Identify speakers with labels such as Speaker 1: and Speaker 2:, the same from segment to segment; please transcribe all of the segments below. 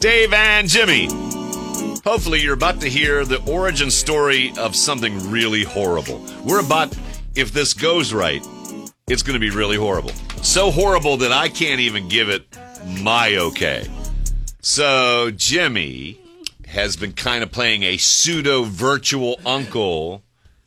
Speaker 1: Dave and Jimmy. Hopefully, you're about to hear the origin story of something really horrible. We're about, if this goes right, it's going to be really horrible. So horrible that I can't even give it my okay. So, Jimmy has been kind of playing a pseudo virtual uncle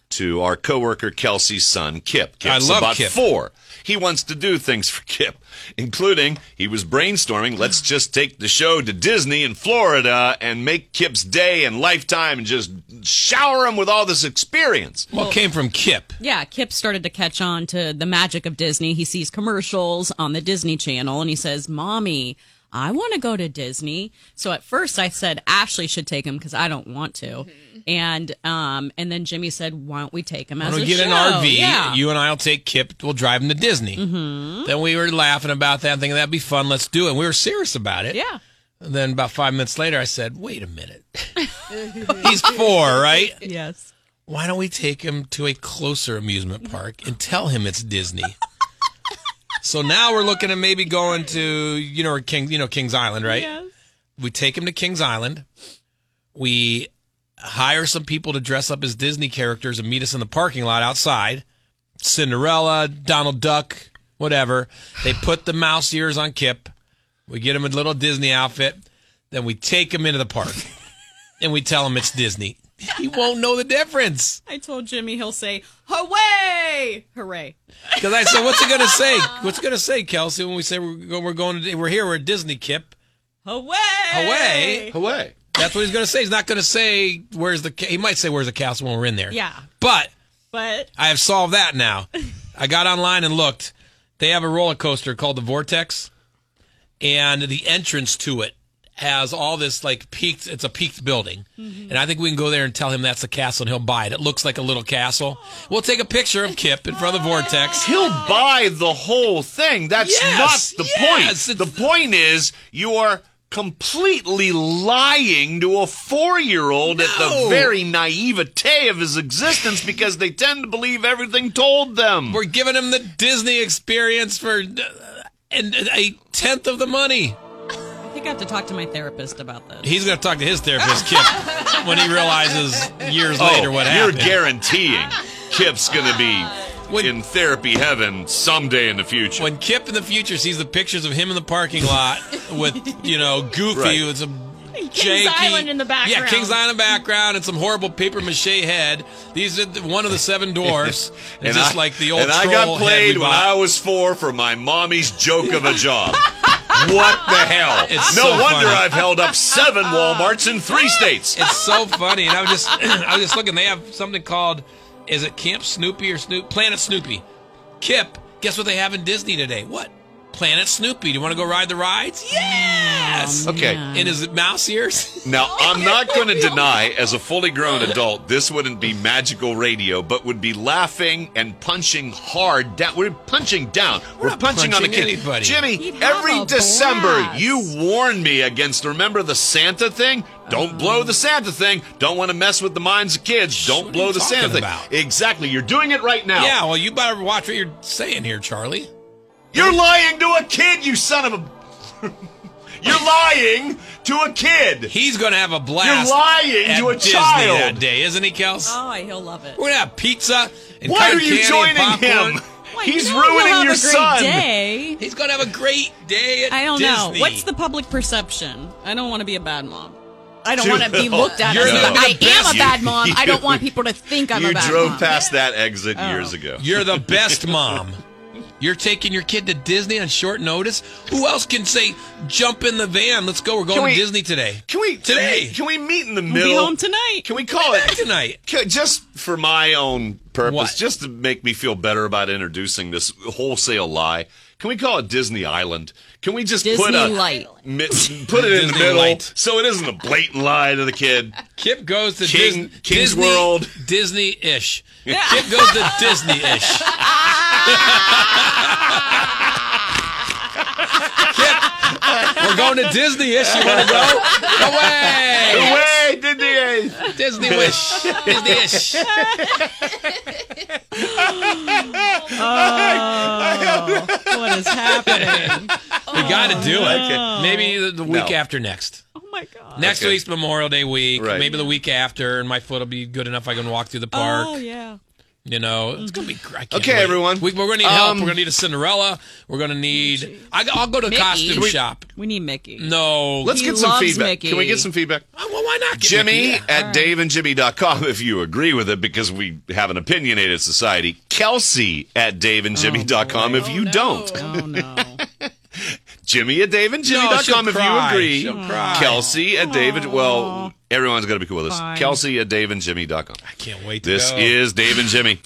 Speaker 1: to our coworker Kelsey's son, Kip. Kip's
Speaker 2: I love
Speaker 1: about
Speaker 2: Kip.
Speaker 1: four. He wants to do things for Kip, including he was brainstorming, let's just take the show to Disney in Florida and make Kip's day and lifetime and just shower him with all this experience.
Speaker 2: What came from Kip?
Speaker 3: Yeah, Kip started to catch on to the magic of Disney. He sees commercials on the Disney Channel and he says, Mommy, I want to go to Disney. So at first I said Ashley should take him because I don't want to. And um and then Jimmy said, Why don't we take him as
Speaker 2: We'll
Speaker 3: a
Speaker 2: get
Speaker 3: show?
Speaker 2: an RV.
Speaker 3: Yeah. Mm-hmm.
Speaker 2: You and I'll take Kip. We'll drive him to Disney. Then we were laughing about that, thinking that'd be fun. Let's do it. We were serious about it.
Speaker 3: yeah.
Speaker 2: And then about five minutes later, I said, "Wait a minute. He's four, right?
Speaker 3: Yes.
Speaker 2: Why don't we take him to a closer amusement park and tell him it's Disney?" so now we're looking at maybe going to you know King you know Kings Island, right?
Speaker 3: Yes.
Speaker 2: we take him to Kings Island. We hire some people to dress up as Disney characters and meet us in the parking lot outside. Cinderella, Donald Duck, whatever. They put the mouse ears on Kip. We get him a little Disney outfit. Then we take him into the park and we tell him it's Disney. He won't know the difference.
Speaker 3: I told Jimmy he'll say, Hooray! Hooray.
Speaker 2: Because I said, what's he going to say? What's he going to say, Kelsey, when we say we're, go- we're going to, we're here, we're at Disney, Kip?
Speaker 3: Hooray!
Speaker 2: Away.
Speaker 1: Away.
Speaker 2: That's what he's going to say. He's not going to say where's the. ca- He might say where's the castle when we're in there.
Speaker 3: Yeah.
Speaker 2: But
Speaker 3: But
Speaker 2: I have solved that now. I got online and looked. They have a roller coaster called the Vortex, and the entrance to it has all this like peaked. It's a peaked building, and I think we can go there and tell him that's the castle, and he'll buy it. It looks like a little castle. We'll take a picture of Kip in front of the Vortex.
Speaker 1: He'll buy the whole thing. That's
Speaker 2: Yes,
Speaker 1: not the
Speaker 2: yes,
Speaker 1: point.
Speaker 2: it's-
Speaker 1: The point is you are completely lying to a four-year-old at the
Speaker 2: No.
Speaker 1: very naivete of his existence because they tend to believe everything told them.
Speaker 2: We're giving him the Disney experience for uh, and a tenth of the money.
Speaker 3: I think I have to talk to my therapist about this.
Speaker 2: He's going to talk to his therapist, Kip, when he realizes years later what
Speaker 1: Oh, you're
Speaker 2: happened.
Speaker 1: guaranteeing Kip's going to be
Speaker 2: When-
Speaker 1: in therapy heaven someday in the future.
Speaker 2: when Kip in the future sees the pictures of him in the parking lot with, you know, Goofy
Speaker 1: Right.
Speaker 2: with some King's
Speaker 3: Island in the
Speaker 2: Yeah,
Speaker 3: background.
Speaker 2: King's Island background and some horrible paper mache head. These are the, one of the seven dwarfs. and just
Speaker 1: I-
Speaker 2: like the old
Speaker 1: and
Speaker 2: troll
Speaker 1: I got
Speaker 2: head
Speaker 1: played
Speaker 2: we
Speaker 1: when
Speaker 2: bought.
Speaker 1: I was four for my mommy's joke of a job. what the hell?
Speaker 2: It's
Speaker 1: no
Speaker 2: so
Speaker 1: wonder
Speaker 2: funny.
Speaker 1: I've held up seven WalMarts in three states.
Speaker 2: It's so funny, and I was just I was just looking. They have something called is it Camp Snoopy or Snoop Planet Snoopy? Kip, guess what they have in Disney today? What? Planet Snoopy. Do you want to go ride the rides? Yes.
Speaker 1: Okay.
Speaker 3: Oh, man.
Speaker 2: And is it mouse ears?
Speaker 1: Now, I'm not going to deny, as a fully grown adult, this wouldn't be magical radio, but would be laughing and punching hard down. We're punching down. We're,
Speaker 2: not
Speaker 1: punching, on the
Speaker 2: punching
Speaker 1: kid.
Speaker 2: anybody.
Speaker 1: Jimmy,
Speaker 3: He'd have
Speaker 1: every
Speaker 3: a
Speaker 1: December,
Speaker 3: blast.
Speaker 1: you warn me against remember the Santa thing? Don't blow the Santa thing. Don't want to mess with the minds of kids. Don't
Speaker 2: What are
Speaker 1: blow
Speaker 2: you
Speaker 1: the Santa
Speaker 2: talking
Speaker 1: thing.
Speaker 2: about?
Speaker 1: Exactly. You're doing it right now.
Speaker 2: Yeah. Well, you better watch what you're saying here, Charlie.
Speaker 1: You're lying to a kid, you son of a. You're lying to a kid.
Speaker 2: He's going to have a blast.
Speaker 1: You're lying
Speaker 2: at
Speaker 1: to a
Speaker 2: Disney
Speaker 1: child.
Speaker 2: that day, isn't he, Kels?
Speaker 3: Oh, he'll love it.
Speaker 2: We're gonna have pizza. And
Speaker 1: Why
Speaker 2: cotton
Speaker 1: are you
Speaker 2: candy and
Speaker 1: joining him?
Speaker 2: popcorn.
Speaker 3: Well, I
Speaker 1: He's
Speaker 3: know he'll
Speaker 1: ruining
Speaker 3: have
Speaker 1: your
Speaker 3: a great
Speaker 1: son.
Speaker 3: Day.
Speaker 2: He's gonna have a great day at
Speaker 3: I don't know.
Speaker 2: Disney.
Speaker 3: What's the public perception? I don't want to be a bad mom. I don't
Speaker 1: Dude,
Speaker 3: want to be looked at
Speaker 1: you're
Speaker 3: as
Speaker 1: the
Speaker 3: I am
Speaker 1: best.
Speaker 3: a bad
Speaker 1: You-
Speaker 3: mom. I don't
Speaker 1: you-
Speaker 3: want people to think I'm Oh. a
Speaker 1: you
Speaker 3: bad
Speaker 1: drove
Speaker 3: mom.
Speaker 1: past that exit years ago.
Speaker 2: You're the best mom. You're taking your kid to Disney on short notice. Who else can say jump in the van? Let's go. We're going
Speaker 1: we-
Speaker 2: to Disney today.
Speaker 1: Can we
Speaker 2: Today.
Speaker 1: Can we meet in the
Speaker 3: I'll
Speaker 1: middle?
Speaker 3: be home tonight.
Speaker 1: Can we call it
Speaker 2: tonight?
Speaker 1: Can- just for my own purpose,
Speaker 2: What?
Speaker 1: just to make me feel better about introducing this wholesale lie? Can we call it Disney Island? Can we just put
Speaker 3: Disney
Speaker 1: a
Speaker 3: Light.
Speaker 1: mi- put it in the
Speaker 2: Disney
Speaker 1: middle
Speaker 2: Light.
Speaker 1: so it isn't a blatant lie to the kid?
Speaker 2: Kip goes to
Speaker 1: King-
Speaker 2: Dis-
Speaker 1: King's
Speaker 2: Disney,
Speaker 1: World.
Speaker 2: Disney-ish. Kip goes to Disney-ish. Kip, we're going to Disney-ish. You want to go? Away!
Speaker 1: Away, Disney!
Speaker 2: Disney-ish. Disney-ish.
Speaker 3: What is happening?
Speaker 2: We got to do it.
Speaker 1: Okay.
Speaker 2: Maybe the, the week
Speaker 1: No.
Speaker 2: after next.
Speaker 3: Oh my
Speaker 2: Next
Speaker 1: Okay.
Speaker 2: week's Memorial Day week,
Speaker 1: Right.
Speaker 2: maybe the week after, and my foot will be good enough I can walk through the park.
Speaker 3: Oh yeah.
Speaker 2: You know, it's gonna be great.
Speaker 1: Okay, everyone.
Speaker 2: We, we're gonna need help.
Speaker 1: Um,
Speaker 2: we're gonna need a Cinderella. We're gonna need. I, will go to a
Speaker 3: Mickey.
Speaker 2: costume
Speaker 3: We-
Speaker 2: shop.
Speaker 3: We need Mickey.
Speaker 2: No,
Speaker 1: Let's
Speaker 3: He
Speaker 1: get some
Speaker 3: loves
Speaker 1: feedback.
Speaker 3: Mickey.
Speaker 1: Can we get some feedback?
Speaker 2: Oh, well, why not? Get
Speaker 1: Jimmy
Speaker 2: Mickey?
Speaker 1: at daveandjimmy.com if you agree with it because we have an opinionated society. Kelsey at daveandjimmy.com if you don't.
Speaker 3: Oh no.
Speaker 1: Jimmy at daveandjimmy.com
Speaker 2: No, she'll
Speaker 1: if
Speaker 2: cry.
Speaker 1: you
Speaker 2: She'll
Speaker 1: agree.
Speaker 2: cry.
Speaker 1: Kelsey at david. Well, everyone's going to be cool with us.
Speaker 3: Fine.
Speaker 1: Kelsey at daveandjimmy.com.
Speaker 2: I can't wait. To
Speaker 1: This
Speaker 2: go.
Speaker 1: is Dave and Jimmy.